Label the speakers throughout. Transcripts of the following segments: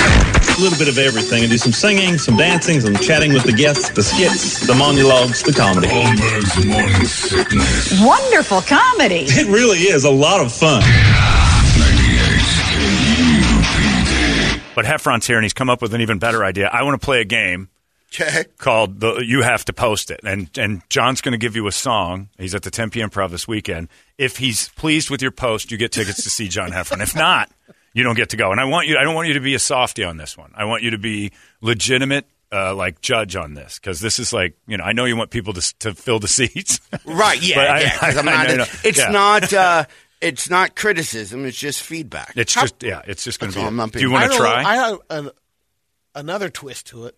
Speaker 1: a little bit of everything. I do some singing, some dancing, some chatting with the guests, the skits, the monologues, the comedy.
Speaker 2: Holmberg's morning sickness.
Speaker 3: Wonderful comedy.
Speaker 1: It really is a lot of fun.
Speaker 4: But Heffron's here, and he's come up with an even better idea. I want to play a game
Speaker 5: Okay.
Speaker 4: called the, "You Have to Post It," and and John's going to give you a song. He's at the 10 p.m. Improv this weekend. If he's pleased with your post, you get tickets to see John Heffron. If not, you don't get to go. And I want you. I don't want you to be a softie on this one. I want you to be legitimate. Uh, like judge on this because this is like you know I know you want people to s- to fill the seats
Speaker 5: Right. Yeah.
Speaker 4: But I-
Speaker 5: yeah, 'cause I'm
Speaker 4: I- I
Speaker 5: not-
Speaker 4: know, no.
Speaker 5: It's
Speaker 4: Yeah.
Speaker 5: not. Uh, it's not criticism. It's just feedback.
Speaker 4: it's just yeah it's just going to
Speaker 5: That's all, I'm not
Speaker 4: be do you
Speaker 5: being-
Speaker 4: want
Speaker 6: I
Speaker 4: to
Speaker 6: don't-
Speaker 4: try
Speaker 6: I have an, another twist to it,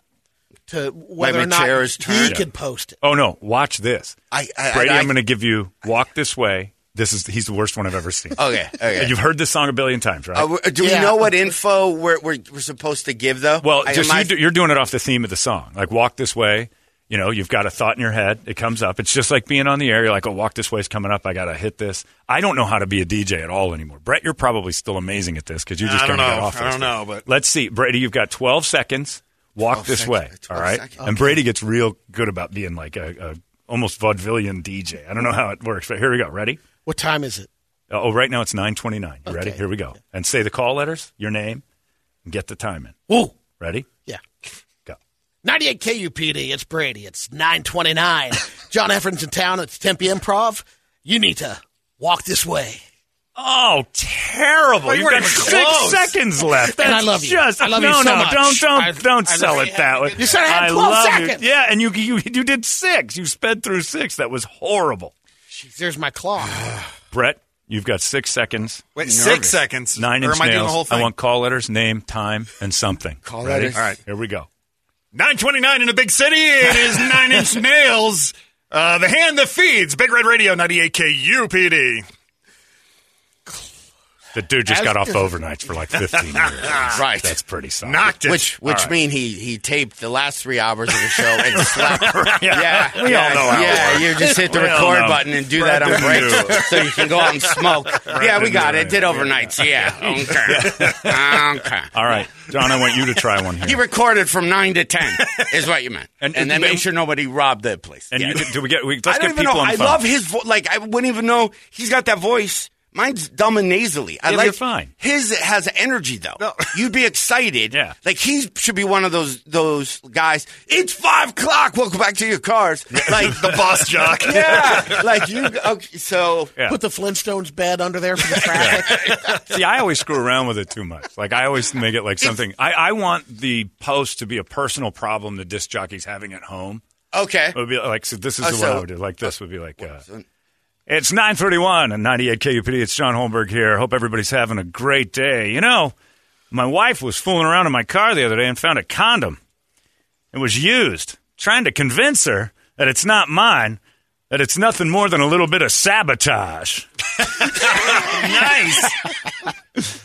Speaker 6: to whether
Speaker 5: Maybe
Speaker 6: or not
Speaker 5: chair is
Speaker 6: he
Speaker 5: turned.
Speaker 6: could post it.
Speaker 4: oh no watch this
Speaker 5: I. I
Speaker 4: Brady
Speaker 5: I,
Speaker 4: I'm going to give you walk this way this is he's the worst one I've ever seen
Speaker 5: Okay. Okay.
Speaker 4: And You've heard this song a billion times, right?
Speaker 5: Uh, w- do
Speaker 6: Yeah.
Speaker 5: we know what info we're, we're, we're supposed to give though?
Speaker 4: well,
Speaker 5: I-
Speaker 4: just
Speaker 5: am I-
Speaker 4: you do, you're doing it off the theme of the song. Like walk this way. You know, you've got a thought in your head. It comes up. It's just like being on the air. You're like, oh, walk this way is coming up. I got to hit this. I don't know how to be a DJ at all anymore. Brett, you're probably still amazing at this because you just
Speaker 5: I don't
Speaker 4: kind of
Speaker 5: know.
Speaker 4: off.
Speaker 5: I
Speaker 4: those
Speaker 5: don't
Speaker 4: things.
Speaker 5: know, but-
Speaker 4: let's see, Brady. You've got 12 seconds. Walk
Speaker 5: 12
Speaker 4: this
Speaker 5: seconds.
Speaker 4: way.
Speaker 5: 12
Speaker 4: All right.
Speaker 5: seconds.
Speaker 4: And Brady gets real good about being like a, a almost vaudevillian DJ. I don't know how it works, but here we go. Ready?
Speaker 6: What time is it?
Speaker 4: Uh, Oh, right now it's 929. You ready?
Speaker 6: Okay.
Speaker 4: Here we go. And say the call letters, your name, and get the time in.
Speaker 6: Whoa,
Speaker 4: Ready?
Speaker 6: yeah.
Speaker 4: Go.
Speaker 6: 98 KUPD, it's Brady. It's 929. John Efferton's in town. It's Tempe Improv. You need to walk this way.
Speaker 4: Oh, terrible!
Speaker 5: Well, you
Speaker 4: You've got
Speaker 5: weren't
Speaker 4: six
Speaker 5: even close.
Speaker 4: seconds left.
Speaker 6: And I
Speaker 4: That's
Speaker 6: love you.
Speaker 4: Just,
Speaker 6: I love
Speaker 4: no,
Speaker 6: you so
Speaker 4: no,
Speaker 6: much.
Speaker 4: don't, don't,
Speaker 6: I-
Speaker 4: don't
Speaker 6: I
Speaker 4: sell
Speaker 6: love
Speaker 4: it that way.
Speaker 6: You said I had 12
Speaker 4: love you.
Speaker 6: seconds.
Speaker 4: Yeah, and you, you you did six. You sped through six. That was horrible.
Speaker 6: Jeez, there's my claw.
Speaker 4: Brett, you've got six seconds.
Speaker 7: Wait,
Speaker 5: Nervous.
Speaker 7: six seconds.
Speaker 4: Nine
Speaker 7: or
Speaker 4: inch
Speaker 7: am I doing
Speaker 4: nails.
Speaker 7: the whole thing?
Speaker 4: I want call letters, name, time, and something.
Speaker 5: Call
Speaker 4: Ready?
Speaker 5: letters.
Speaker 4: All right, here we go.
Speaker 7: 929 in a big city. It is nine inch nails. Uh, the hand that feeds. Big Red Radio 98 KUPD.
Speaker 4: The dude just
Speaker 6: As-
Speaker 4: got off overnights for like 15 years.
Speaker 5: Right.
Speaker 4: That's pretty solid.
Speaker 7: Knocked it.
Speaker 5: which which
Speaker 4: All right.
Speaker 5: mean he he taped the last three hours of the show and slept. Yeah,
Speaker 4: We
Speaker 5: yeah,
Speaker 4: all know how it
Speaker 5: Yeah,
Speaker 4: works.
Speaker 5: you just hit the
Speaker 4: We all know.
Speaker 5: record button and do that on
Speaker 4: knew.
Speaker 5: break, so you can go out and smoke. yeah, we
Speaker 4: knew
Speaker 5: got it.
Speaker 4: it.
Speaker 5: Did overnights. Yeah, okay, okay.
Speaker 4: All right, John, I want you to try one here.
Speaker 5: You recorded from nine to ten, is what you meant,
Speaker 4: And-
Speaker 5: and,
Speaker 4: and-
Speaker 5: then make sure nobody robbed that place.
Speaker 4: and
Speaker 5: Yeah.
Speaker 4: you can, do we get? We,
Speaker 5: I
Speaker 4: let's
Speaker 5: don't
Speaker 4: get
Speaker 5: even
Speaker 4: people
Speaker 5: know.
Speaker 4: on
Speaker 5: I
Speaker 4: the phone.
Speaker 5: love his voice. Like I wouldn't even know he's got that voice. Mine's dumb and nasally. I
Speaker 4: Yeah,
Speaker 5: like
Speaker 4: you're fine.
Speaker 5: His has energy though. You'd be excited.
Speaker 4: Yeah.
Speaker 5: Like he should be one of those those guys. It's five o'clock. Welcome back to your cars. Like the boss jock. Yeah. Like you. Okay, so
Speaker 4: Yeah.
Speaker 6: Put the Flintstones bed under there for the traffic.
Speaker 4: See, I always screw around with it too much. Like I always make it like something. I, I want the post to be a personal problem the disc jockey's having at home.
Speaker 5: okay.
Speaker 4: It would be like so. This is
Speaker 5: Oh,
Speaker 4: what
Speaker 5: so-
Speaker 4: I would do. Like this would be like. Uh, it's nine thirty one and ninety eight KUPD. It's John Holmberg here. Hope everybody's having a great day. You know, my wife was fooling around in my car the other day and found a condom. It was used. Trying to convince her that it's not mine. That it's nothing more than a little bit of sabotage. nice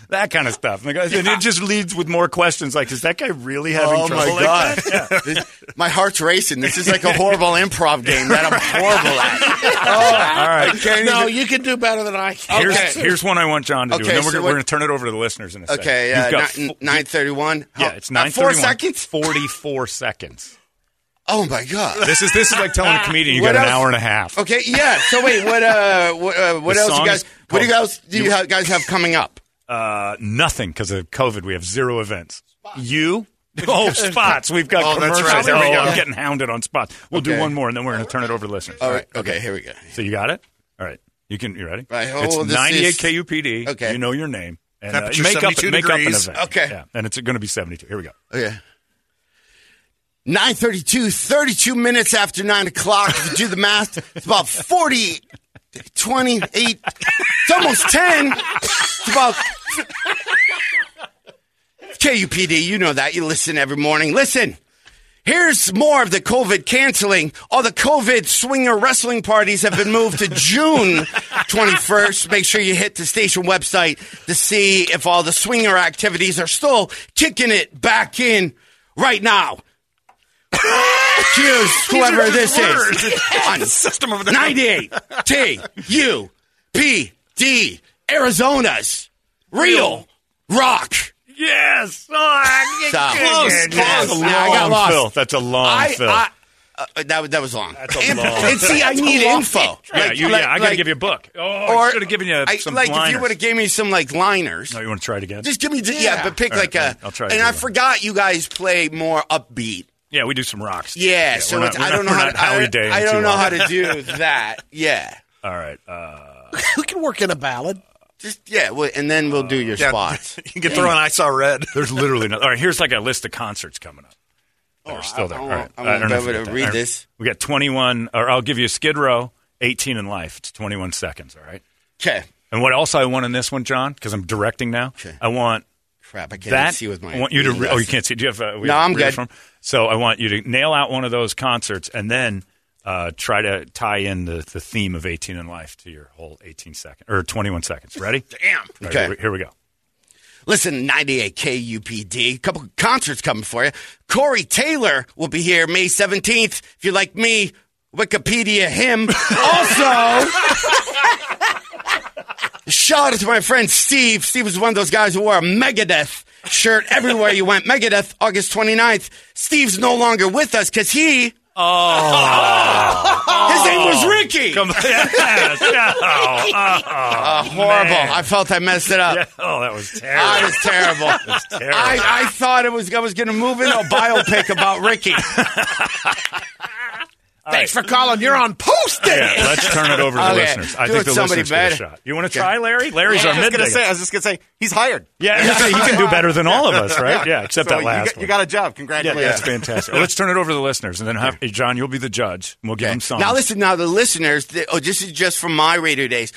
Speaker 4: that kind of stuff. And, the guy- and it just leads with more questions. Like, is that guy really having
Speaker 5: Oh my
Speaker 4: trouble? like
Speaker 5: god.
Speaker 4: that?
Speaker 5: This- my heart's racing. This is like a horrible improv game that I'm horrible at.
Speaker 4: All right.
Speaker 5: Oh,
Speaker 6: no, you can do better than I can.
Speaker 4: Here's,
Speaker 5: Okay.
Speaker 4: here's one I want John to do.
Speaker 5: Okay,
Speaker 4: and then we're,
Speaker 5: so
Speaker 4: gonna-
Speaker 5: what-
Speaker 4: we're going to turn it over to the listeners in a second.
Speaker 5: Okay,
Speaker 4: You've
Speaker 5: uh,
Speaker 4: got
Speaker 5: ni-
Speaker 4: fo-
Speaker 5: nine thirty-one.
Speaker 4: yeah, it's
Speaker 5: Uh,
Speaker 4: nine
Speaker 5: Four seconds.
Speaker 4: Forty-four seconds.
Speaker 5: Oh my god.
Speaker 4: This is this is like telling a comedian you
Speaker 5: What
Speaker 4: got an
Speaker 5: else?
Speaker 4: hour and a half.
Speaker 5: Okay, yeah. So wait, what? Uh, what, uh, what
Speaker 4: The
Speaker 5: else
Speaker 4: song
Speaker 5: you
Speaker 4: is
Speaker 5: guys? What do you
Speaker 4: called-
Speaker 5: guys? Do you ha- guys have coming up?
Speaker 4: Uh, nothing because of COVID. We have zero events. You? Oh, spots. We've got
Speaker 7: Oh, that's right.
Speaker 4: commercials.
Speaker 7: There we
Speaker 4: Oh,
Speaker 7: go.
Speaker 4: I'm getting hounded on spots. We'll do
Speaker 5: Okay.
Speaker 4: one more, and then we're going to turn it over to listeners.
Speaker 5: All right. Okay. Here we go.
Speaker 4: So you got it? All right. You can. You ready?
Speaker 5: Right,
Speaker 4: it's
Speaker 5: oh, this
Speaker 4: 98
Speaker 5: is-
Speaker 4: KUPD.
Speaker 5: Okay.
Speaker 4: You know your name. And, uh,
Speaker 7: Temperature
Speaker 4: make up,
Speaker 7: 72
Speaker 4: make up an
Speaker 7: degrees.
Speaker 4: event.
Speaker 5: Okay.
Speaker 4: Yeah. And it's going to be 72. Here we go.
Speaker 5: Okay. 932, 32 minutes after 9 o'clock. If you do the math, it's about 40, 28, it's almost 10. It's about. KUPD, you know that. You listen every morning. Listen. Here's more of the COVID canceling. All the COVID swinger wrestling parties have been moved to June 21st. Make sure you hit the station website to see if all the swinger activities are still kicking it back in right now. Cheers, whoever this
Speaker 7: Words.
Speaker 5: is.
Speaker 7: It's the system of the
Speaker 5: 98 T U P D Arizona's real rock.
Speaker 4: Yes. Oh,
Speaker 5: Stop. Close,
Speaker 4: That's a
Speaker 5: close.
Speaker 4: long
Speaker 5: I got lost.
Speaker 4: fill. That's a long
Speaker 5: I,
Speaker 4: fill.
Speaker 5: I- uh, that, was- that was long.
Speaker 4: That's a long
Speaker 5: And see, I need info.
Speaker 4: yeah,
Speaker 5: Like-
Speaker 4: you,
Speaker 5: like-
Speaker 4: yeah, I got to
Speaker 5: like-
Speaker 4: give you a book. Oh, I
Speaker 5: or-
Speaker 4: should have given you
Speaker 5: I-
Speaker 4: some
Speaker 5: like if you
Speaker 4: liners.
Speaker 5: would have gave me some like liners.
Speaker 4: No, you want to try it again?
Speaker 5: Just give me the, yeah. but pick
Speaker 4: All right,
Speaker 5: like
Speaker 4: all right.
Speaker 5: a.
Speaker 4: I'll try to
Speaker 5: and
Speaker 4: do
Speaker 5: I
Speaker 4: one.
Speaker 5: forgot you guys play more upbeat.
Speaker 4: yeah, we do some rocks.
Speaker 5: Yeah, so
Speaker 4: we're
Speaker 5: it's,
Speaker 4: not-
Speaker 5: I
Speaker 4: we're
Speaker 5: don't know
Speaker 4: not-
Speaker 5: how
Speaker 4: we're
Speaker 5: to,
Speaker 4: not Howie
Speaker 5: I,
Speaker 4: Day
Speaker 5: I
Speaker 4: too
Speaker 5: don't know
Speaker 4: long.
Speaker 5: how to do that. Yeah,
Speaker 4: All right. Uh,
Speaker 6: Who can work in a ballad?
Speaker 5: just yeah, well, and then we'll do your spots.
Speaker 7: You can throw an I saw red.
Speaker 4: there's literally no. All right, here's like a list of concerts coming up. that are still there.
Speaker 5: Oh, I- I
Speaker 4: All
Speaker 5: won't-
Speaker 4: right.
Speaker 5: I won't
Speaker 4: don't know
Speaker 5: be
Speaker 4: if
Speaker 5: able
Speaker 4: you
Speaker 5: to
Speaker 4: got
Speaker 5: read
Speaker 4: All right.
Speaker 5: this.
Speaker 4: We got 21, or I'll give you Skid Row, 18 in life. It's 21 seconds, all right?
Speaker 5: Okay,
Speaker 4: And what else I want in this one, John, because I'm directing now,
Speaker 5: Okay.
Speaker 4: I want
Speaker 5: crap, I can't even
Speaker 4: that.
Speaker 5: see with my.
Speaker 4: I want you to. Re- oh, you
Speaker 5: glasses.
Speaker 4: can't see. Do you have? Uh, we
Speaker 5: No,
Speaker 4: have
Speaker 5: I'm
Speaker 4: reader
Speaker 5: good.
Speaker 4: form? So I want you to nail out one of those concerts and then uh, try to tie in the, the theme of 18 in life to your whole 18 second or 21 seconds. Ready? Damn.
Speaker 5: Okay.
Speaker 4: here, we- here we go.
Speaker 5: Listen, 98 KUPD, a couple concerts coming for you. Corey Taylor will be here May 17th. If you like me, Wikipedia him. Also, shout out to my friend Steve. Steve was one of those guys who wore a Megadeth shirt everywhere you went. Megadeth, August 29th. Steve's no longer with us because he. Oh. His name was Ricky.
Speaker 4: Come on. Yes. Oh,
Speaker 5: Uh, horrible. I felt I messed it up.
Speaker 4: yeah. Oh, that was terrible.
Speaker 5: I was terrible.
Speaker 4: terrible.
Speaker 5: I, I thought it was I was going to move into a biopic about Ricky.
Speaker 6: Thanks for calling. You're on post
Speaker 4: Yeah, let's turn it over to the
Speaker 5: Okay.
Speaker 4: listeners. I
Speaker 5: Do
Speaker 4: think
Speaker 5: it
Speaker 4: the
Speaker 5: somebody
Speaker 4: listeners get a
Speaker 5: better.
Speaker 4: shot. You want to try, Larry? Larry's our mid
Speaker 3: I was just gonna say he's hired.
Speaker 4: Yeah, he can do better than all of us, right? Yeah, except that last one.
Speaker 3: a
Speaker 4: yeah,
Speaker 3: job. Congratulations.
Speaker 4: that's fantastic. Well, let's turn it over to the listeners, and then have, hey, John, you'll be the judge, and we'll give them songs.
Speaker 5: Now listen, now the listeners. The, oh, this is just from my radio days.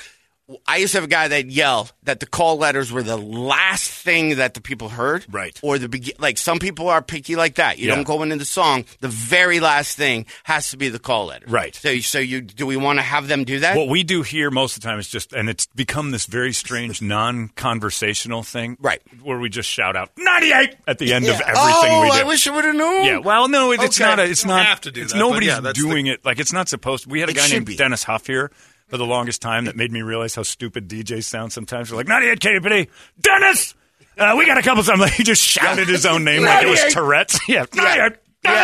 Speaker 5: I used to have a guy that yelled that the call letters were the last thing that the people heard.
Speaker 4: Right.
Speaker 5: Or the begin. Like some people are picky like that. You
Speaker 4: Yeah.
Speaker 5: don't go into the song. The very last thing has to be the call letter.
Speaker 4: Right.
Speaker 5: So, so you do we want to have them do that?
Speaker 4: What we do here most of the time is just, and it's become this very strange non-conversational thing,
Speaker 5: Right.
Speaker 4: Where we just shout out "98" at the end of everything
Speaker 5: oh,
Speaker 4: we do.
Speaker 5: I wish I would have known.
Speaker 4: yeah, well, no, it, it's
Speaker 7: Oh, Okay.
Speaker 4: not. A, it's
Speaker 7: You don't
Speaker 4: not.
Speaker 7: have to do
Speaker 4: it's
Speaker 7: that, but
Speaker 4: nobody's
Speaker 7: yeah, that's the-
Speaker 4: doing it. Like it's not supposed. We had a
Speaker 5: It
Speaker 4: guy
Speaker 5: should
Speaker 4: named
Speaker 5: be.
Speaker 4: Dennis Huff here for the longest time that made me realize how stupid DJs sound sometimes. We're like "98 KPD, Dennis." Uh, we got a couple something. He just shouted his own name like it was
Speaker 5: 98.
Speaker 4: Tourette's. Yeah, 98
Speaker 5: Yeah.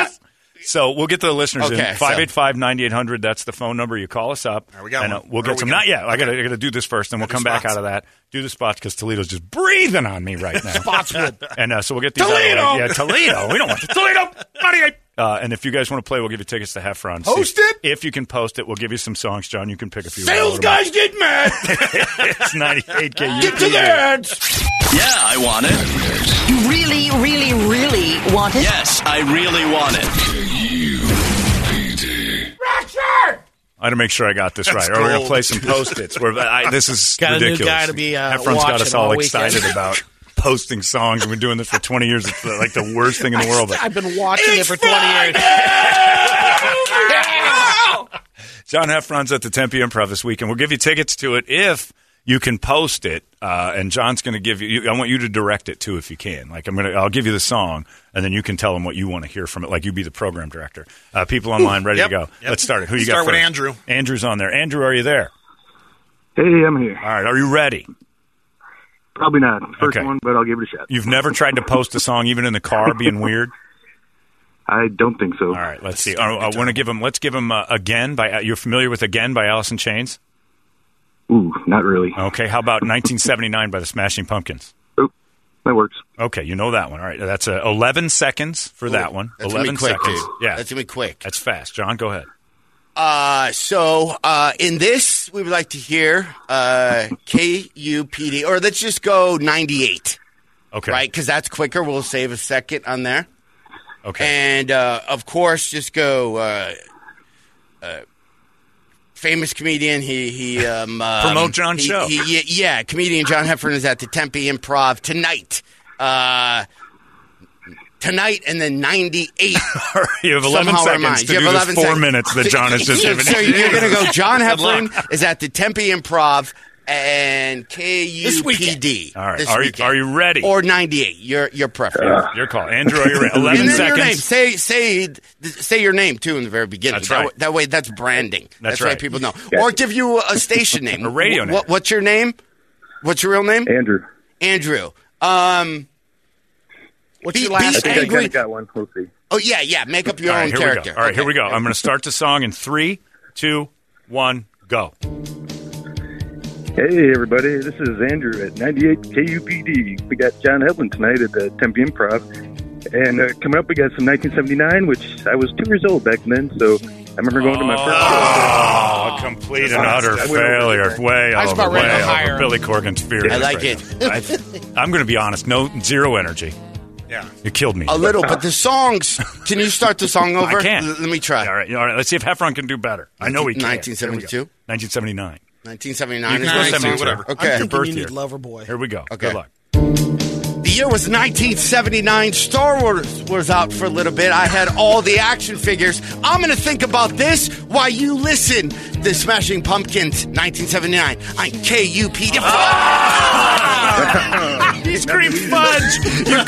Speaker 4: Dennis. So we'll get the listeners
Speaker 5: Okay,
Speaker 4: in.
Speaker 5: so-
Speaker 4: 585 9800. That's the phone number. You call us up.
Speaker 7: All right, we got
Speaker 4: and,
Speaker 7: one.
Speaker 4: uh, we'll
Speaker 7: Or
Speaker 4: get
Speaker 7: we
Speaker 4: some.
Speaker 7: got-
Speaker 4: Not yet. I got to do this first, and we'll come back
Speaker 7: spots.
Speaker 4: out of that. Do the spots because Toledo's just breathing on me right now. spots And uh, so we'll get these
Speaker 5: Toledo!
Speaker 4: Out of the way. Yeah, Toledo. We don't want Toledo. Money. Uh, and if you guys want to play, we'll give you tickets to Heffron. See-
Speaker 5: Post it?
Speaker 4: If you can post it, we'll give you some songs, John. You can pick a few.
Speaker 5: Sales guys get mad.
Speaker 4: It's 98K.
Speaker 5: get to their heads.
Speaker 8: Yeah, I want it.
Speaker 9: You really, really, really want it?
Speaker 8: Yes, I really want it.
Speaker 2: KUPD.
Speaker 4: I had to make sure I got this right. Or we're going to play some post-its. Where I, this is
Speaker 6: Got a new
Speaker 4: ridiculous.
Speaker 6: guy to be, uh,
Speaker 4: Heffron's got
Speaker 6: watching
Speaker 4: us all
Speaker 6: all weekend.
Speaker 4: excited about posting songs. We've been doing this for 20 years. It's the- like the worst thing in the world.
Speaker 6: I've been watching it for 20 years.
Speaker 4: John Heffron's at the Tempe Improv this week, and we'll give you tickets to it if you can post it. Uh, and John's going to give you, you. I want you to direct it too, if you can. Like I'm going to, I'll give you the song, and then you can tell them what you want to hear from it. Like you be the program director. Uh, people online, ready
Speaker 7: Yep.
Speaker 4: to go.
Speaker 7: Yep.
Speaker 4: Let's start it. Who you
Speaker 7: Start
Speaker 4: got?
Speaker 7: with
Speaker 4: first?
Speaker 7: Andrew.
Speaker 4: Andrew's on there. Andrew, are you there?
Speaker 3: Hey, I'm here.
Speaker 4: All right. Are you ready?
Speaker 3: Probably not first
Speaker 4: Okay.
Speaker 3: one, but I'll give it a shot.
Speaker 4: You've never tried to post a song, even in the car, being weird.
Speaker 3: I don't think so.
Speaker 4: All right. Let's Oh, see. I, I want to give him. Let's give him uh, again by. Uh, you're familiar with "Again" by Allison Chains.
Speaker 3: Ooh, not really.
Speaker 4: Okay, how about 1979 by the Smashing Pumpkins?
Speaker 3: Oop, that works.
Speaker 4: Okay, you know that one. All right, that's uh, 11 seconds for that one.
Speaker 5: that's gonna be
Speaker 4: 11
Speaker 5: quick,
Speaker 4: seconds.
Speaker 5: dude.
Speaker 4: Yeah,
Speaker 5: That's gonna be quick.
Speaker 4: that's fast. John, go ahead.
Speaker 5: Uh, so uh, in this, we would like to hear uh, KUPD, or let's just go 98.
Speaker 4: Okay.
Speaker 5: Right? Because that's quicker. We'll save a second on there.
Speaker 4: Okay.
Speaker 5: And uh, of course, just go. Uh, uh, famous comedian. He he um, um,
Speaker 4: Promote John's
Speaker 5: he-
Speaker 4: show.
Speaker 5: he- yeah, yeah, comedian John Heffern is at the Tempe Improv tonight. Uh, tonight and then 98
Speaker 4: You have 11
Speaker 5: Somehow
Speaker 4: seconds
Speaker 5: reminds-
Speaker 4: to
Speaker 5: you
Speaker 4: do
Speaker 5: have
Speaker 4: this
Speaker 5: 11
Speaker 4: four
Speaker 5: seconds.
Speaker 4: minutes that John has just
Speaker 5: so,
Speaker 4: given
Speaker 5: so
Speaker 4: you.
Speaker 5: you're going to go John
Speaker 4: Good luck.
Speaker 5: Heffern is at the Tempe Improv and KUPD. This weekend.
Speaker 4: All right, are you- are you ready?
Speaker 5: Or 98, your, your preference.
Speaker 4: Your call. Andrew, are you ready?
Speaker 5: And
Speaker 4: 11
Speaker 5: then
Speaker 4: seconds.
Speaker 5: your name. Say say th- say your name too in the very beginning.
Speaker 4: That's
Speaker 5: That
Speaker 4: right.
Speaker 5: wa- That, way, that's branding.
Speaker 4: That's
Speaker 5: why
Speaker 4: right.
Speaker 5: people know. Or give you a station name,
Speaker 4: A radio
Speaker 5: Wh-
Speaker 4: name.
Speaker 5: wh- what's your name? What's your real name?
Speaker 3: Andrew.
Speaker 5: Andrew. Um,
Speaker 6: What's
Speaker 5: be,
Speaker 6: your last
Speaker 5: be
Speaker 6: name?
Speaker 3: I think I
Speaker 5: angry.
Speaker 3: kind of got one. We'll see.
Speaker 5: oh yeah, yeah. Make up your
Speaker 4: All right,
Speaker 5: own
Speaker 4: here
Speaker 5: character.
Speaker 4: We go. All right, here
Speaker 5: Okay.
Speaker 4: we go. I'm going to start the song in three, two, one, go.
Speaker 3: Hey, everybody. This is Andrew at 98 KUPD. We got John Hedlund tonight at the Tempe Improv. And uh, coming up, we got some 1979, which I was two years old back then. So I remember going to my first.
Speaker 4: Oh, complete and utter
Speaker 3: I went over
Speaker 4: failure.
Speaker 3: everything.
Speaker 4: Way
Speaker 6: I was
Speaker 4: over,
Speaker 6: about ready
Speaker 4: way
Speaker 6: to hire
Speaker 4: over.
Speaker 6: him.
Speaker 4: Billy Corgan's fear.
Speaker 5: I like
Speaker 4: I, am going to be honest. No, zero energy.
Speaker 7: Yeah.
Speaker 4: You killed me.
Speaker 5: A little, but the songs. Can you start the song over?
Speaker 4: I can't.
Speaker 5: L- let me try.
Speaker 4: All right, all right. Let's see if Heffron can do better. I know he can.
Speaker 5: 1972?
Speaker 4: Here we go. 1979.
Speaker 5: 1979
Speaker 4: You can
Speaker 5: is the
Speaker 4: go
Speaker 5: right
Speaker 4: 72,
Speaker 5: song.
Speaker 4: whatever.
Speaker 6: I'm
Speaker 5: Okay.
Speaker 6: thinking
Speaker 4: birth
Speaker 6: you
Speaker 4: year.
Speaker 6: need Lover Boy.
Speaker 4: Here we go.
Speaker 5: Okay.
Speaker 4: Good luck.
Speaker 5: The year was 1979. Star Wars was out for a little bit. I had all the action figures. I'm going to think about this while you listen. The Smashing Pumpkins, 1979. I'm KUPD.
Speaker 4: He's cream fudge.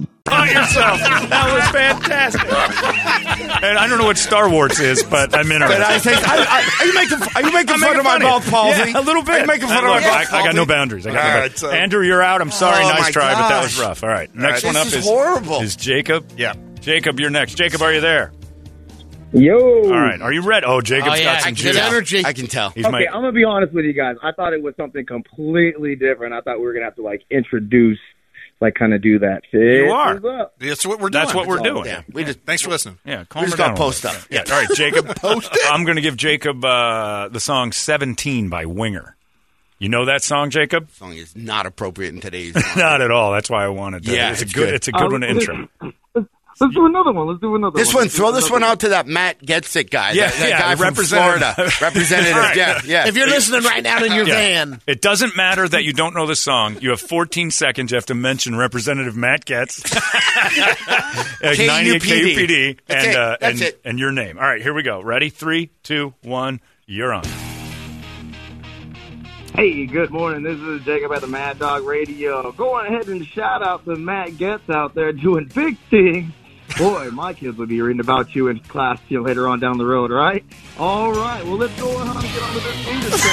Speaker 4: By yourself. That was fantastic. and I don't know what Star Wars is, but I'm in.
Speaker 5: And I say, are, are you making, are you making
Speaker 4: I'm
Speaker 5: fun
Speaker 4: making
Speaker 5: of my
Speaker 4: fun of
Speaker 5: mouth
Speaker 4: you.
Speaker 5: palsy?
Speaker 4: Yeah, a little bit.
Speaker 5: Are you making fun of
Speaker 4: I,
Speaker 5: my
Speaker 4: look, I,
Speaker 5: mouth palsy?
Speaker 4: I got no boundaries. I got no
Speaker 7: All
Speaker 4: boundaries.
Speaker 7: right, so-
Speaker 4: Andrew, you're out. I'm sorry.
Speaker 5: Oh,
Speaker 4: nice
Speaker 5: my
Speaker 4: try, but that was
Speaker 5: gosh.
Speaker 4: rough. All right. Next
Speaker 5: This
Speaker 4: one up
Speaker 5: is
Speaker 4: is
Speaker 5: horrible.
Speaker 4: Is Jacob?
Speaker 7: Yeah.
Speaker 4: Jacob, you're next. Jacob, are you there?
Speaker 10: Yo.
Speaker 4: All right. Are you ready? Oh, Jacob's
Speaker 6: Oh, yeah,
Speaker 4: got
Speaker 6: I
Speaker 4: some
Speaker 6: can tell.
Speaker 4: juice.
Speaker 6: energy.
Speaker 5: I can tell.
Speaker 4: He's
Speaker 10: Okay,
Speaker 4: my.
Speaker 10: I'm gonna be honest with you guys. I thought it was something completely different. I thought we were gonna have to like introduce, like, kind of do that. Shit
Speaker 4: You are.
Speaker 10: is up.
Speaker 7: That's what we're doing. Oh,
Speaker 4: That's what we're doing.
Speaker 5: Yeah, we just,
Speaker 7: Thanks for listening.
Speaker 4: Yeah, calm
Speaker 5: we just
Speaker 4: her down
Speaker 5: got
Speaker 4: a little
Speaker 5: post
Speaker 4: bit.
Speaker 5: up.
Speaker 4: Yeah. All right, Jacob. post it. I'm going to give Jacob uh, the song 17 by Winger. You know that song, Jacob?
Speaker 5: song is not appropriate in today's.
Speaker 4: Not at all. That's why I wanted to.
Speaker 5: Yeah,
Speaker 4: it's,
Speaker 5: it's
Speaker 4: a good,
Speaker 5: good.
Speaker 4: It's a good
Speaker 3: Um,
Speaker 4: one to intro.
Speaker 3: Let's do another one. Let's do another
Speaker 5: This one, throw this one out to that Matt Gets It guy.
Speaker 4: Yeah,
Speaker 5: that, that
Speaker 4: yeah,
Speaker 5: guy from
Speaker 4: representative.
Speaker 5: Florida. Representative.
Speaker 4: All right.
Speaker 5: Yeah, yeah.
Speaker 6: If you're listening right now in your
Speaker 4: Yeah.
Speaker 6: van,
Speaker 4: It doesn't matter that you don't know the song. You have 14 seconds. You have to mention Representative Matt Getz, at 98
Speaker 5: KUPD.
Speaker 4: KUPD,
Speaker 5: That's
Speaker 4: and
Speaker 5: it.
Speaker 4: uh,
Speaker 5: That's
Speaker 4: and
Speaker 5: it.
Speaker 4: and your name. All right, here we go. Ready? Three, two, one. You're on.
Speaker 10: Hey, good morning. This is Jacob at the Mad Dog Radio. Go on ahead and shout out to Matt Getz out there doing big things. Boy, my kids will be reading about you in class you know, later on down the road, right? All right. Well, let's go on and get on to this industry.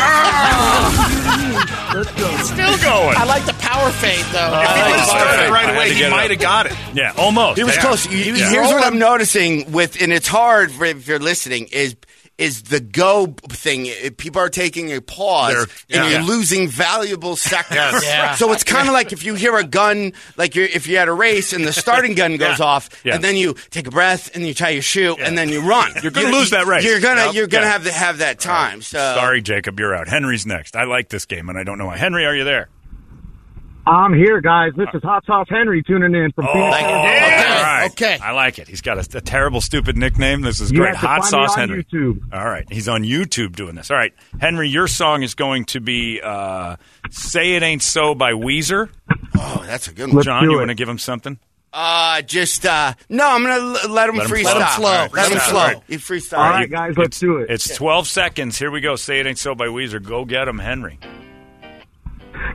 Speaker 10: let's go.
Speaker 4: Still going.
Speaker 6: I like the power fade though.
Speaker 7: If he
Speaker 4: Oh,
Speaker 7: would have
Speaker 4: I
Speaker 7: started
Speaker 4: had
Speaker 7: right
Speaker 4: to
Speaker 7: away,
Speaker 4: get
Speaker 7: he
Speaker 4: it
Speaker 7: might
Speaker 4: up.
Speaker 7: have got it.
Speaker 4: Yeah, almost.
Speaker 5: He was
Speaker 4: Yeah.
Speaker 5: close. You-
Speaker 4: Yeah.
Speaker 5: Here's what I'm noticing with, and it's hard for, if you're listening, is is the go thing. If People are taking a pause,
Speaker 7: They're- yeah.
Speaker 5: and you're losing valuable seconds.
Speaker 7: Yes.
Speaker 6: Yeah.
Speaker 5: So it's kind of like if you hear a gun, like you're, if you're at a race and the starting gun goes
Speaker 4: Yeah.
Speaker 5: off,
Speaker 4: Yeah.
Speaker 5: and then you take a breath and you tie your shoe and then you run.
Speaker 4: You're gonna lose that race.
Speaker 5: You're gonna
Speaker 4: Yep.
Speaker 5: you're gonna
Speaker 4: Yeah.
Speaker 5: have to have that time. So
Speaker 4: Sorry, Jacob, you're out. Henry's next. I like this game, and I don't know why. Henry, are you there?
Speaker 10: I'm here, guys. This is Hot Sauce Henry tuning in
Speaker 4: Oh,
Speaker 10: from Phoenix.
Speaker 6: yeah.
Speaker 4: All right.
Speaker 6: Oh, Okay.
Speaker 4: I like it. He's got a, a terrible, stupid nickname. This is
Speaker 10: You
Speaker 4: great.
Speaker 10: have to
Speaker 4: Hot
Speaker 10: find me
Speaker 4: Sauce
Speaker 10: on
Speaker 4: Henry.
Speaker 10: YouTube.
Speaker 4: All right. He's on YouTube doing this. All right. Henry, your song is going to be uh, Say It Ain't So by Weezer.
Speaker 5: oh, that's a good one.
Speaker 10: Let's
Speaker 4: John,
Speaker 10: do
Speaker 4: you
Speaker 10: it.
Speaker 4: want to give him something?
Speaker 5: Uh, just uh, no. I'm gonna l- let him
Speaker 4: Let him
Speaker 5: freestyle.
Speaker 4: flow. Let him
Speaker 5: Let him
Speaker 6: flow. Freestyle.
Speaker 5: flow.
Speaker 6: All right.
Speaker 5: He freestyle.
Speaker 10: All right, guys, let's do it.
Speaker 4: It's 12 seconds. Here we go. Say It Ain't So by Weezer. Go get him, Henry.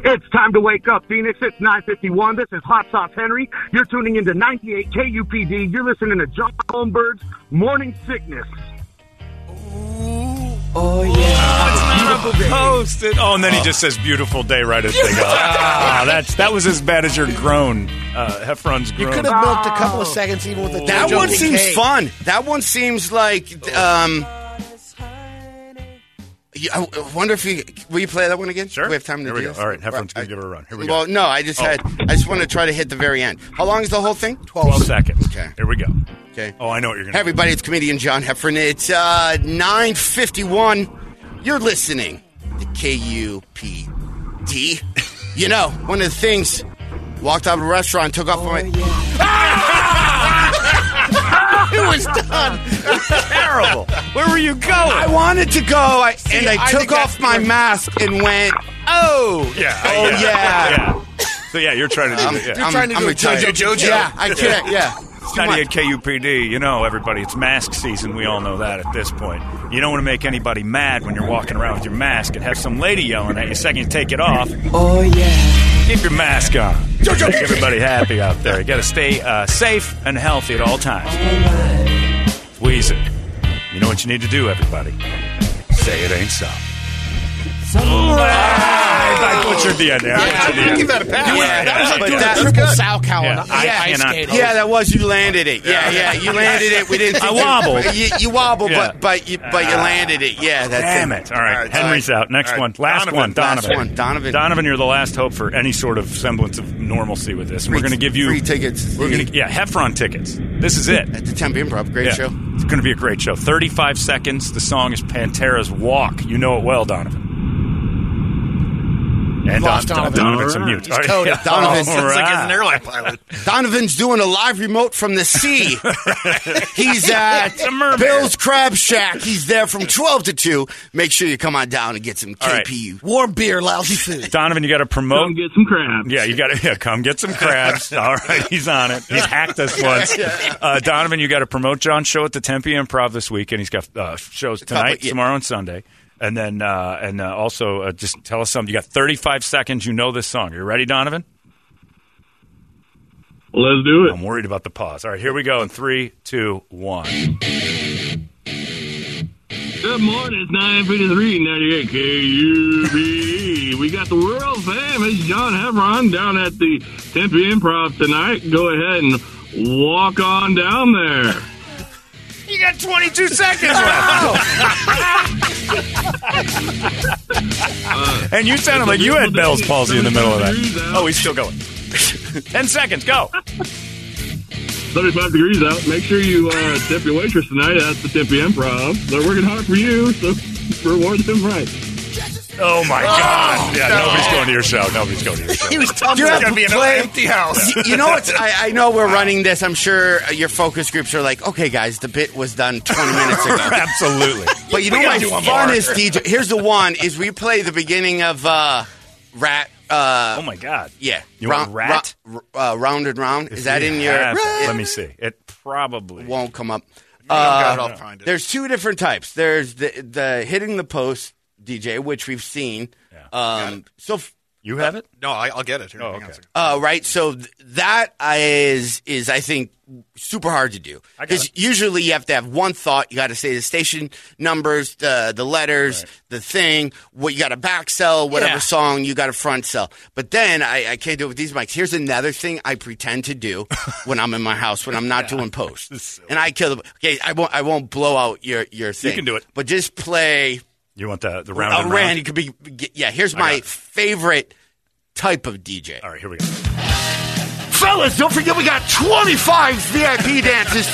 Speaker 11: It's time to wake up, Phoenix. It's 951. This is Hot Sauce Henry. You're tuning into 98 KUPD. You're listening to John Holmberg's Morning Sickness.
Speaker 4: Oh, yeah. it's not a post. It- oh, and then he just says beautiful day right as they go. Ah, that's, that was as bad as your groan, uh, Heffron's groan.
Speaker 6: You could have milked a couple of seconds even with a
Speaker 5: That
Speaker 6: joke
Speaker 5: one
Speaker 6: in
Speaker 5: seems
Speaker 6: cake.
Speaker 5: fun. That one seems like. Um, yeah, I I wonder if you will you play that one again? Sure. We have time
Speaker 4: Here
Speaker 5: to do
Speaker 4: we go.
Speaker 5: this?
Speaker 4: All right, Heffron's going to give it a run. Here we go.
Speaker 5: Well, no, I just
Speaker 4: Oh.
Speaker 5: had. I just want to try to hit the very end. How long is the whole thing?
Speaker 4: 12 seconds.
Speaker 5: Okay.
Speaker 4: Here we go.
Speaker 5: Okay.
Speaker 4: Oh, I know what you're going
Speaker 5: Hey, everybody, it's comedian John Heffron. It's uh, 951. You're listening to KUPD. You know, one of the things, walked out of a restaurant, took off my... Oh, it was done. Terrible.
Speaker 4: Where were you going?
Speaker 5: I wanted to go, I,
Speaker 4: See,
Speaker 5: and I,
Speaker 4: I
Speaker 5: took
Speaker 4: think
Speaker 5: off
Speaker 4: that's
Speaker 5: my
Speaker 4: where-
Speaker 5: mask and went, oh.
Speaker 4: Yeah.
Speaker 5: Oh, yeah.
Speaker 4: yeah. So, yeah, you're trying to do
Speaker 5: I'm-
Speaker 4: that. Yeah.
Speaker 5: You're I'm- trying to I'm do a retired. JoJo Jojo. Yeah, I can't, yeah.
Speaker 4: It's 98 KUPD. You know, everybody, it's mask season. We all know that at this point. You don't want to make anybody mad when you're walking around with your mask and have some lady yelling at you the second you take it off.
Speaker 12: Oh, yeah.
Speaker 4: Keep your mask on. Make everybody happy out there. You got to stay uh, safe and healthy at all times. Weezer. You know what you need to do, everybody? Say it ain't so. I butchered the end. there.
Speaker 5: Yeah,
Speaker 4: butchered the
Speaker 5: I'll
Speaker 4: end.
Speaker 5: give that a pass.
Speaker 4: Yeah,
Speaker 5: That was
Speaker 4: yeah,
Speaker 5: like doing
Speaker 4: yeah.
Speaker 5: a triple sow
Speaker 6: cow on
Speaker 4: Yeah, I
Speaker 5: yeah,
Speaker 4: cannot-
Speaker 5: yeah, that was you landed it. Yeah, yeah, you landed it. We didn't.
Speaker 4: I
Speaker 5: think that-
Speaker 4: wobbled.
Speaker 5: You, you wobbled,
Speaker 4: Yeah.
Speaker 5: but but you, but you
Speaker 4: Ah.
Speaker 5: landed it. Yeah, that's
Speaker 4: Damn
Speaker 5: it.
Speaker 4: it. All right. Henry's out. Next
Speaker 5: All right.
Speaker 4: one. Last
Speaker 5: Donovan.
Speaker 4: one. Donovan.
Speaker 5: Last one. Donovan.
Speaker 4: Donovan, you're the last hope for any sort of semblance of normalcy with this. And we're
Speaker 5: Free-
Speaker 4: going to give you
Speaker 5: free tickets.
Speaker 4: We're going to yeah, Heffron tickets. This is it.
Speaker 5: At the Tempe Improv. Great
Speaker 4: Yeah.
Speaker 5: show.
Speaker 4: It's going to be a great show. 35 seconds. The song is Pantera's Walk. You know it well, Donovan. And
Speaker 5: Lost
Speaker 4: Don- Don-
Speaker 5: Donovan.
Speaker 4: Donovan's a mute.
Speaker 5: He's coded.
Speaker 4: Yeah.
Speaker 5: Donovan
Speaker 4: All
Speaker 5: sounds like he's an
Speaker 4: right.
Speaker 5: airline pilot. Donovan's doing a live remote from the sea. He's at
Speaker 4: It's a mermaid.
Speaker 5: Bill's Crab Shack. He's there from 12 to 2. Make sure you come on down and get some
Speaker 4: All right.
Speaker 5: KPU. Warm beer, lousy food.
Speaker 4: Donovan, you got to promote.
Speaker 5: Come
Speaker 4: get some crabs. Yeah, you got to yeah, come get some crabs. All right, he's on it. He's hacked us once. Uh, Donovan, you got to promote John's show at the Tempe Improv this weekend. He's got uh, shows tonight,
Speaker 5: yeah.
Speaker 4: tomorrow, and Sunday. And then uh, and uh, also uh, just tell us something. You got 35 seconds. You know this song. Are you ready, Donovan? Let's do it. I'm worried about the pause. All right, here we go in three, two, one.
Speaker 13: Good morning, it's 953 98 KUB. We got the world famous John Hevron down at the Tempe Improv tonight. Go ahead and walk on down there.
Speaker 4: You got 22 seconds and you sounded like you had Bell's palsy in the middle of that. Oh, he's still going. 10 seconds, go.
Speaker 13: 35 degrees out. Make sure you uh, tip your waitress tonight at the Tempe Improv. They're working hard for you, so reward them right.
Speaker 4: Oh, my God. Yeah, nobody's going to your show. Nobody's going to your show.
Speaker 5: He was
Speaker 4: tough.
Speaker 5: You
Speaker 4: It's
Speaker 5: have
Speaker 4: gonna be an
Speaker 5: play-
Speaker 4: empty house.
Speaker 5: Y- you know what's? I, I know we're running this. I'm sure uh, your focus groups are like, okay, guys, the bit was done 20 minutes ago.
Speaker 4: Absolutely.
Speaker 5: But you know
Speaker 4: We
Speaker 5: my
Speaker 4: gotta do one more.
Speaker 5: funnest DJ. Here's the one: is we play the beginning of uh, Rat. Uh,
Speaker 4: oh my God!
Speaker 5: Yeah,
Speaker 4: You want Rat?
Speaker 5: Round, uh, round and round.
Speaker 4: If
Speaker 5: Is that
Speaker 4: we
Speaker 5: in your?
Speaker 4: have-
Speaker 5: It
Speaker 4: let me see. It probably
Speaker 5: won't come up.
Speaker 4: got it,
Speaker 5: Uh,
Speaker 4: I'll find
Speaker 5: There's two different types. There's the the hitting the post DJ, which we've seen. Um, so f-
Speaker 4: you have it? Oh,
Speaker 7: No, I, I'll get it. Here, hang on a second.
Speaker 5: uh, right. So th- that is is I think super hard to do because usually you have to have one thought. You got to say the station numbers, the the letters, the thing. What you got to back sell, whatever
Speaker 14: Yeah.
Speaker 5: song you got to front sell. But then I, I can't do it with these mics. Here's another thing I pretend to do when I'm in my house when I'm not doing posts, and I kill. The, okay, I won't I won't blow out your your thing.
Speaker 4: can do it.
Speaker 5: but just play.
Speaker 4: You want the the round
Speaker 5: a
Speaker 4: and
Speaker 5: rant.
Speaker 4: round?
Speaker 5: It could be yeah. Here's
Speaker 4: I got
Speaker 5: my
Speaker 4: it.
Speaker 5: favorite type of DJ. All
Speaker 4: right, here we go.
Speaker 5: Fellas, don't forget we got 25 VIP dances,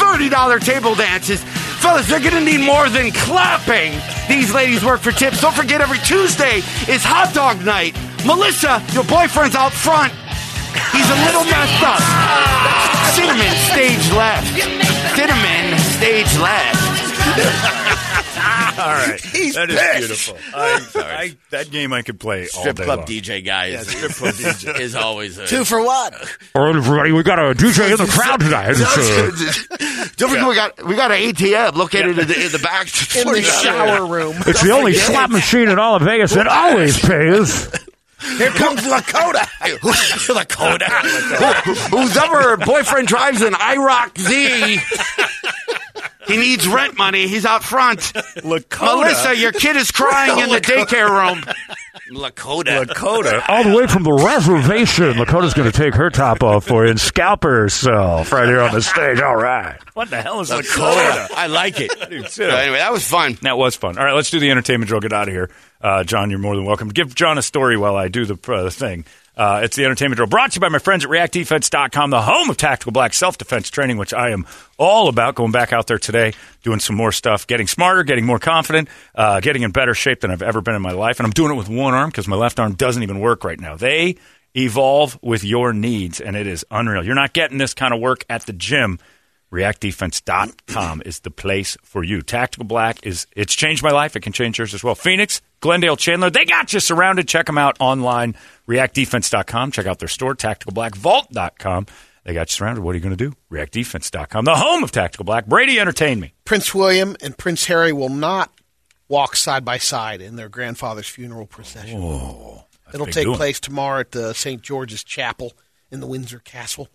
Speaker 5: $30 table dances. Fellas, they're going to need more than clapping. These ladies work for tips. Don't forget every Tuesday is hot dog night. Melissa, your boyfriend's out front. He's a little messed up. Cinnamon, stage left. Cinnamon, stage left.
Speaker 4: All right,
Speaker 5: He's
Speaker 4: That is
Speaker 5: pissed.
Speaker 4: beautiful. I, I, that game I could play all
Speaker 5: Strip
Speaker 4: day
Speaker 5: club
Speaker 4: long.
Speaker 5: DJ guys
Speaker 4: Yeah, strip club DJ.
Speaker 5: is always a
Speaker 6: Two for one.
Speaker 15: All right, everybody, we got a DJ in the crowd tonight. It's, uh,
Speaker 5: Don't forget we got we got an ATM located in, the, in the back
Speaker 6: In the shower room.
Speaker 15: it's the only slot machine in all of Vegas that always pays.
Speaker 5: Here comes Lakota. Lakota. Who- Whose ever boyfriend drives an IROC Z. He needs rent money. He's out front.
Speaker 4: Lakota.
Speaker 5: Melissa, your kid is crying in the
Speaker 4: Lakota.
Speaker 5: daycare room. Lakota.
Speaker 4: Lakota.
Speaker 15: All the way from the reservation, Lakota's going to take her top off for you and scalp herself right here on the stage. All right.
Speaker 4: What the hell is
Speaker 5: Lakota? I like it.
Speaker 4: So anyway,
Speaker 5: that was fun.
Speaker 4: That was fun. All right, let's do the entertainment drill. Get out of here, uh, John. You're more than welcome. Give John a story while I do the uh, thing. Uh, it's the entertainment drill brought to you by my friends at ReactDefense.com, the home of tactical black self defense training, which I am all about. Going back out there today, doing some more stuff, getting smarter, getting more confident, uh, getting in better shape than I've ever been in my life. And I'm doing it with one arm because my left arm doesn't even work right now. They evolve with your needs, and it is unreal. You're not getting this kind of work at the gym. ReactDefense.com is the place for you. Tactical Black is it's changed my life. It can change yours as well. Phoenix, Glendale, Chandler, they got you surrounded. Check them out online. ReactDefense.com. Check out their store, TacticalBlackVault.com. They got you surrounded. What are you going to do? ReactDefense.com, the home of Tactical Black. Brady, entertain me.
Speaker 6: Prince William and Prince Harry will not walk side by side in their grandfather's funeral procession.
Speaker 4: Oh,
Speaker 6: It'll
Speaker 4: big
Speaker 6: take
Speaker 4: doing.
Speaker 6: place tomorrow at the St. George's Chapel in the Windsor Castle.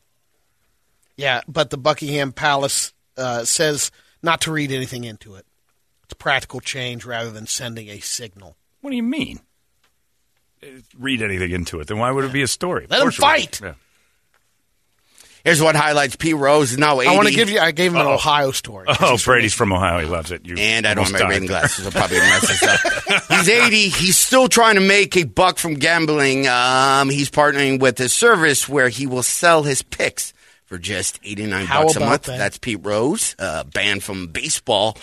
Speaker 6: Yeah, but the Buckingham Palace uh, says not to read anything into it. It's practical change rather than sending a signal.
Speaker 4: What do you mean? Uh, Read anything into it. Then why would it be a story?
Speaker 6: Let
Speaker 4: Of
Speaker 6: 'em
Speaker 4: course it would.
Speaker 6: fight.
Speaker 4: Yeah.
Speaker 5: Here's what highlights P. Rose. No, 80.
Speaker 6: I want to give you. I gave him an
Speaker 5: Uh-oh.
Speaker 6: Ohio story.
Speaker 4: Oh, Brady's from Ohio. He loves it. You
Speaker 5: And I don't
Speaker 4: almost
Speaker 5: have my
Speaker 4: died
Speaker 5: reading
Speaker 4: there.
Speaker 5: glasses. I'll probably mess this up. He's 80. He's still trying to make a buck from gambling. Um, he's partnering with a service where he will sell his picks for just 89
Speaker 6: How
Speaker 5: bucks a
Speaker 6: about
Speaker 5: month.
Speaker 6: that?
Speaker 5: That's Pete Rose, uh, banned from baseball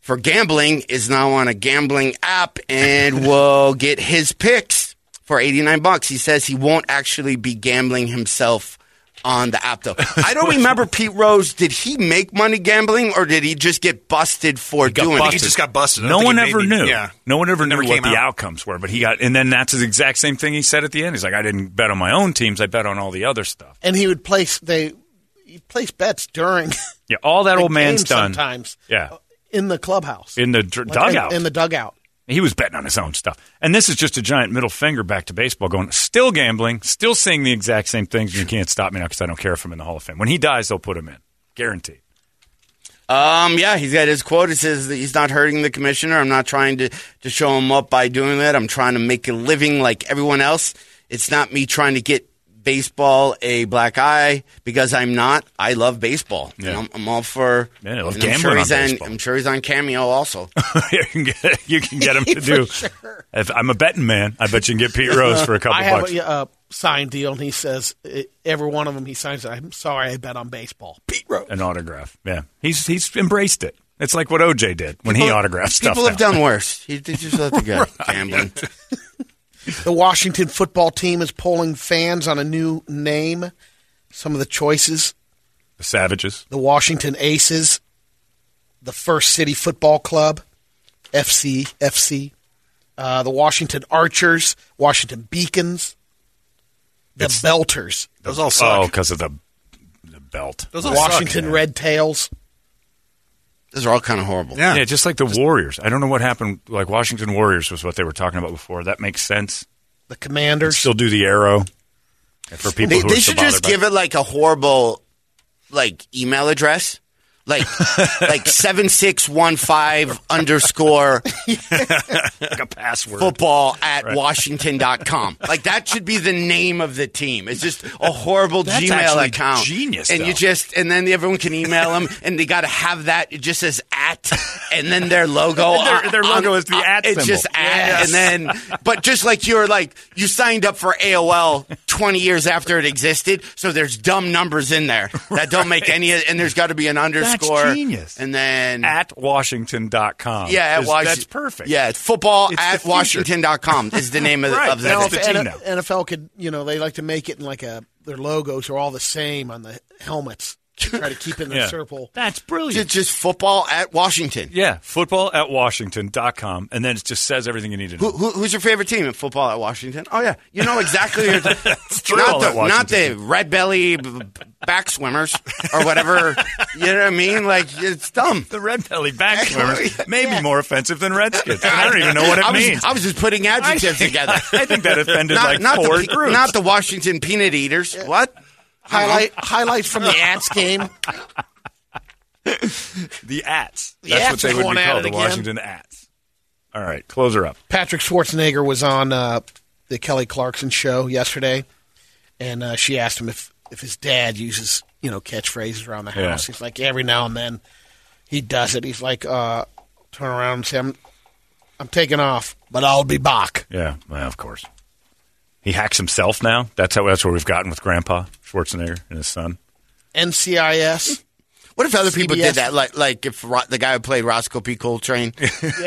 Speaker 5: for gambling, is now on a gambling app and will get his picks for 89 bucks. He says he won't actually be gambling himself on the app though. I don't remember Pete Rose. Did he make money gambling or did he just get busted for
Speaker 4: got
Speaker 5: doing
Speaker 4: busted.
Speaker 5: it?
Speaker 4: No one ever knew.
Speaker 5: Yeah.
Speaker 4: No one ever
Speaker 5: Never
Speaker 4: knew what
Speaker 5: came
Speaker 4: the
Speaker 5: out.
Speaker 4: outcomes were, but he got and then that's the exact same thing he said at the end. He's like, I didn't bet on my own teams, I bet on all the other stuff.
Speaker 6: and he would place they he'd place bets during
Speaker 4: Yeah, all that
Speaker 6: the
Speaker 4: old man's
Speaker 6: game
Speaker 4: done.
Speaker 6: sometimes uh,
Speaker 4: Yeah.
Speaker 6: in the clubhouse,
Speaker 4: In the dr-
Speaker 6: Like,
Speaker 4: dugout.
Speaker 6: in, in the dugout.
Speaker 4: He was betting on his own stuff. And this is just a giant middle finger back to baseball going, still gambling, still seeing the exact same things. You can't stop me now because I don't care if I'm in the Hall of Fame. When he dies, they'll put him in. Guaranteed.
Speaker 5: Um, yeah, he's got his quote. It says that he's not hurting the commissioner. I'm not trying to, to show him up by doing that. I'm trying to make a living like everyone else. It's not me trying to get baseball a black eye because I'm not. I love baseball. And
Speaker 4: Yeah.
Speaker 5: I'm, I'm all for.
Speaker 4: Yeah, I love
Speaker 5: and I'm sure
Speaker 4: gambling
Speaker 5: he's
Speaker 4: on
Speaker 5: on-
Speaker 4: baseball.
Speaker 5: I'm sure he's on Cameo also.
Speaker 4: you, can get, you can get him to do. If I'm a betting man, I bet you can get Pete Rose for a couple
Speaker 6: I have
Speaker 4: bucks.
Speaker 6: a, uh signed deal, and he says uh, every one of them he signs. I'm sorry, I bet on baseball. Pete Rose.
Speaker 4: An autograph. Yeah. He's, he's embraced it. It's like what OJ did when he autographed stuff.
Speaker 5: People have
Speaker 4: now.
Speaker 5: done worse. You you just let the guy gambling.
Speaker 6: The Washington football team is polling fans on a new name. Some of the choices:
Speaker 4: The Savages.
Speaker 6: the Washington Aces, the First City Football Club, FC FC, uh, the Washington Archers, Washington Beacons, the Belters,
Speaker 4: Those
Speaker 6: all
Speaker 4: Oh,
Speaker 6: suck.
Speaker 4: because of the, the belt.
Speaker 6: the Washington Red Tails.
Speaker 5: Those are all kind of horrible.
Speaker 4: Yeah. just like the Warriors. I don't know what happened. Like Washington Warriors was what they were talking about before. That makes sense.
Speaker 6: The Commanders.
Speaker 4: Still do the arrow And for people.
Speaker 5: They,
Speaker 4: who
Speaker 5: they
Speaker 4: are
Speaker 5: should just give it like a horrible, like email address, like like seven six one five underscore
Speaker 4: like a password.
Speaker 5: football at
Speaker 4: Right.
Speaker 5: washington.com. Like that should be the name of the team. It's just a horrible
Speaker 4: That's
Speaker 5: Gmail
Speaker 4: actually
Speaker 5: account.
Speaker 4: genius,
Speaker 5: And you
Speaker 4: though.
Speaker 5: just and then everyone can email them, and they got to have that. It just says at, and then their logo.
Speaker 4: And their- their
Speaker 5: on-
Speaker 4: logo is the
Speaker 5: on-
Speaker 4: at
Speaker 5: It's
Speaker 4: symbol.
Speaker 5: just at,
Speaker 4: Yes.
Speaker 5: and then but just like you're like you signed up for AOL 20 years after it existed, so there's dumb numbers in there that don't make any. And there's got to be an underscore.
Speaker 4: genius.
Speaker 5: And then
Speaker 4: at washington.com.
Speaker 5: yeah, at
Speaker 4: Is-
Speaker 5: Washi-
Speaker 4: That's perfect.
Speaker 5: Yeah, it's football
Speaker 4: It's
Speaker 5: at
Speaker 4: the future.
Speaker 5: washington.com is the name of the,
Speaker 4: Right,
Speaker 5: of the,
Speaker 4: that's
Speaker 5: thing.
Speaker 4: the team
Speaker 6: uh, N-
Speaker 4: now.
Speaker 6: NFL could, you know, they like to make it in like a their logos are all the same on the helmets. Try to keep it in the
Speaker 4: Yeah.
Speaker 6: circle.
Speaker 4: That's brilliant.
Speaker 5: It's just football at Washington.
Speaker 4: Yeah, football at Washington.com. And then it just says everything you need to know.
Speaker 5: Who, who, who's your favorite team in football at Washington? Oh yeah, you know exactly. Your,
Speaker 4: true.
Speaker 5: Not the,
Speaker 4: At Washington.
Speaker 5: not the red belly b- b- back swimmers or whatever. you know what I mean? Like it's dumb.
Speaker 4: The red belly back swimmers may be more offensive than Redskins. I don't even know what it
Speaker 5: I was,
Speaker 4: means.
Speaker 5: I was just putting adjectives
Speaker 4: I-
Speaker 5: together.
Speaker 4: I think that offended,
Speaker 5: not,
Speaker 4: like,
Speaker 5: not
Speaker 4: four
Speaker 5: the, pe-
Speaker 4: groups.
Speaker 5: Not the Washington peanut eaters. What?
Speaker 6: Highlight highlights from the Ats game.
Speaker 4: the Ats.
Speaker 6: The
Speaker 4: That's what
Speaker 6: Ats
Speaker 4: they
Speaker 6: is
Speaker 4: would
Speaker 6: going
Speaker 4: be
Speaker 6: at
Speaker 4: called,
Speaker 6: it
Speaker 4: the
Speaker 6: again.
Speaker 4: Washington Ats. All right, close her up.
Speaker 6: Patrick Schwarzenegger was on uh, the Kelly Clarkson show yesterday, and uh, she asked him if, if his dad uses you know catchphrases around the
Speaker 4: Yeah.
Speaker 6: house. He's like every now and then he does it. He's like uh, turn around and say I'm I'm taking off, but I'll be back.
Speaker 4: Yeah, well, of course. He hacks himself now. That's how. That's where we've gotten with Grandpa Schwarzenegger and his son.
Speaker 6: NCIS.
Speaker 5: What if other people
Speaker 6: CBS?
Speaker 5: did that? Like, like if Ro- the guy who played Roscoe P. Coltrane,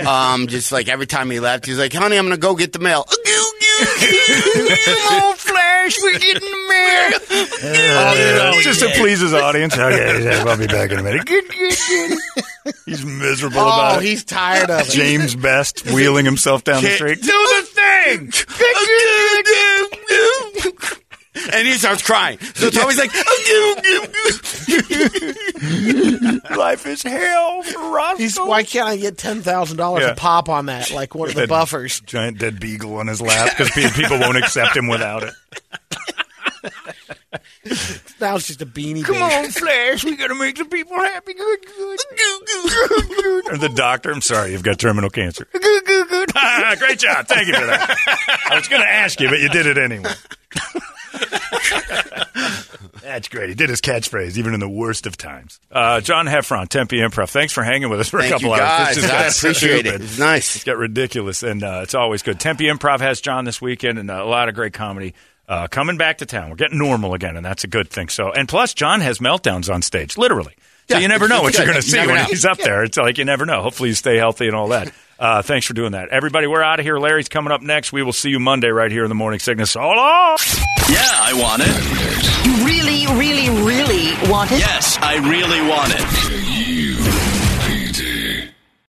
Speaker 5: um, just like every time he left, he's like, "Honey, I'm gonna go get the mail."
Speaker 2: Come on, Flash, we're getting the mail.
Speaker 4: Uh, just to please his audience. Okay, yeah, I'll be back in a minute.
Speaker 2: Get, get, get.
Speaker 4: He's miserable
Speaker 2: Oh,
Speaker 4: about it.
Speaker 2: he's tired of it.
Speaker 4: James Best wheeling himself down the
Speaker 2: Can't
Speaker 4: street.
Speaker 2: Do the thing.
Speaker 5: and he starts crying. So it's always like,
Speaker 4: Life is hell for Roscoe.
Speaker 6: He's, why can't I get ten thousand dollars
Speaker 4: Yeah.
Speaker 6: a pop on that? Like one of the
Speaker 4: That
Speaker 6: buffers.
Speaker 4: Giant dead beagle on his lap because people won't accept him without it.
Speaker 6: Now it's just a beanie.
Speaker 2: Come
Speaker 6: baby.
Speaker 2: on, Oh, Flash, we gotta make the people happy. Good, good.
Speaker 4: Or the doctor. I'm sorry, you've got terminal cancer. Ah,
Speaker 2: Good, good, good.
Speaker 4: Great job. Thank you for that. I was going to ask you, but you did it anyway. That's great. He did his catchphrase even in the worst of times. Uh, John Heffron, Tempe Improv. Thanks for hanging with us for
Speaker 5: Thank
Speaker 4: a couple
Speaker 5: you
Speaker 4: hours.
Speaker 5: guys.
Speaker 4: This just
Speaker 5: I
Speaker 4: got
Speaker 5: appreciate it.
Speaker 4: stupid.
Speaker 5: It's nice.
Speaker 4: It's got ridiculous, and uh, it's always good. Tempe Improv has John this weekend, and a lot of great comedy uh, coming back to town. We're getting normal again, and that's a good thing. So, and plus, John has meltdowns on stage, literally. So
Speaker 5: Yeah,
Speaker 4: you never
Speaker 5: it's-
Speaker 4: know
Speaker 5: it's
Speaker 4: what you're
Speaker 5: good.
Speaker 4: going to
Speaker 5: You
Speaker 4: see
Speaker 5: never
Speaker 4: when
Speaker 5: know.
Speaker 4: he's up there. It's like you never know. Hopefully, you stay healthy and all that. Uh, thanks for doing that, everybody. We're out of here. Larry's coming up next. We will see you Monday right here in the morning sickness. So long.
Speaker 8: Yeah, I want it.
Speaker 9: You really, really, really want it?
Speaker 8: Yes, I really want it.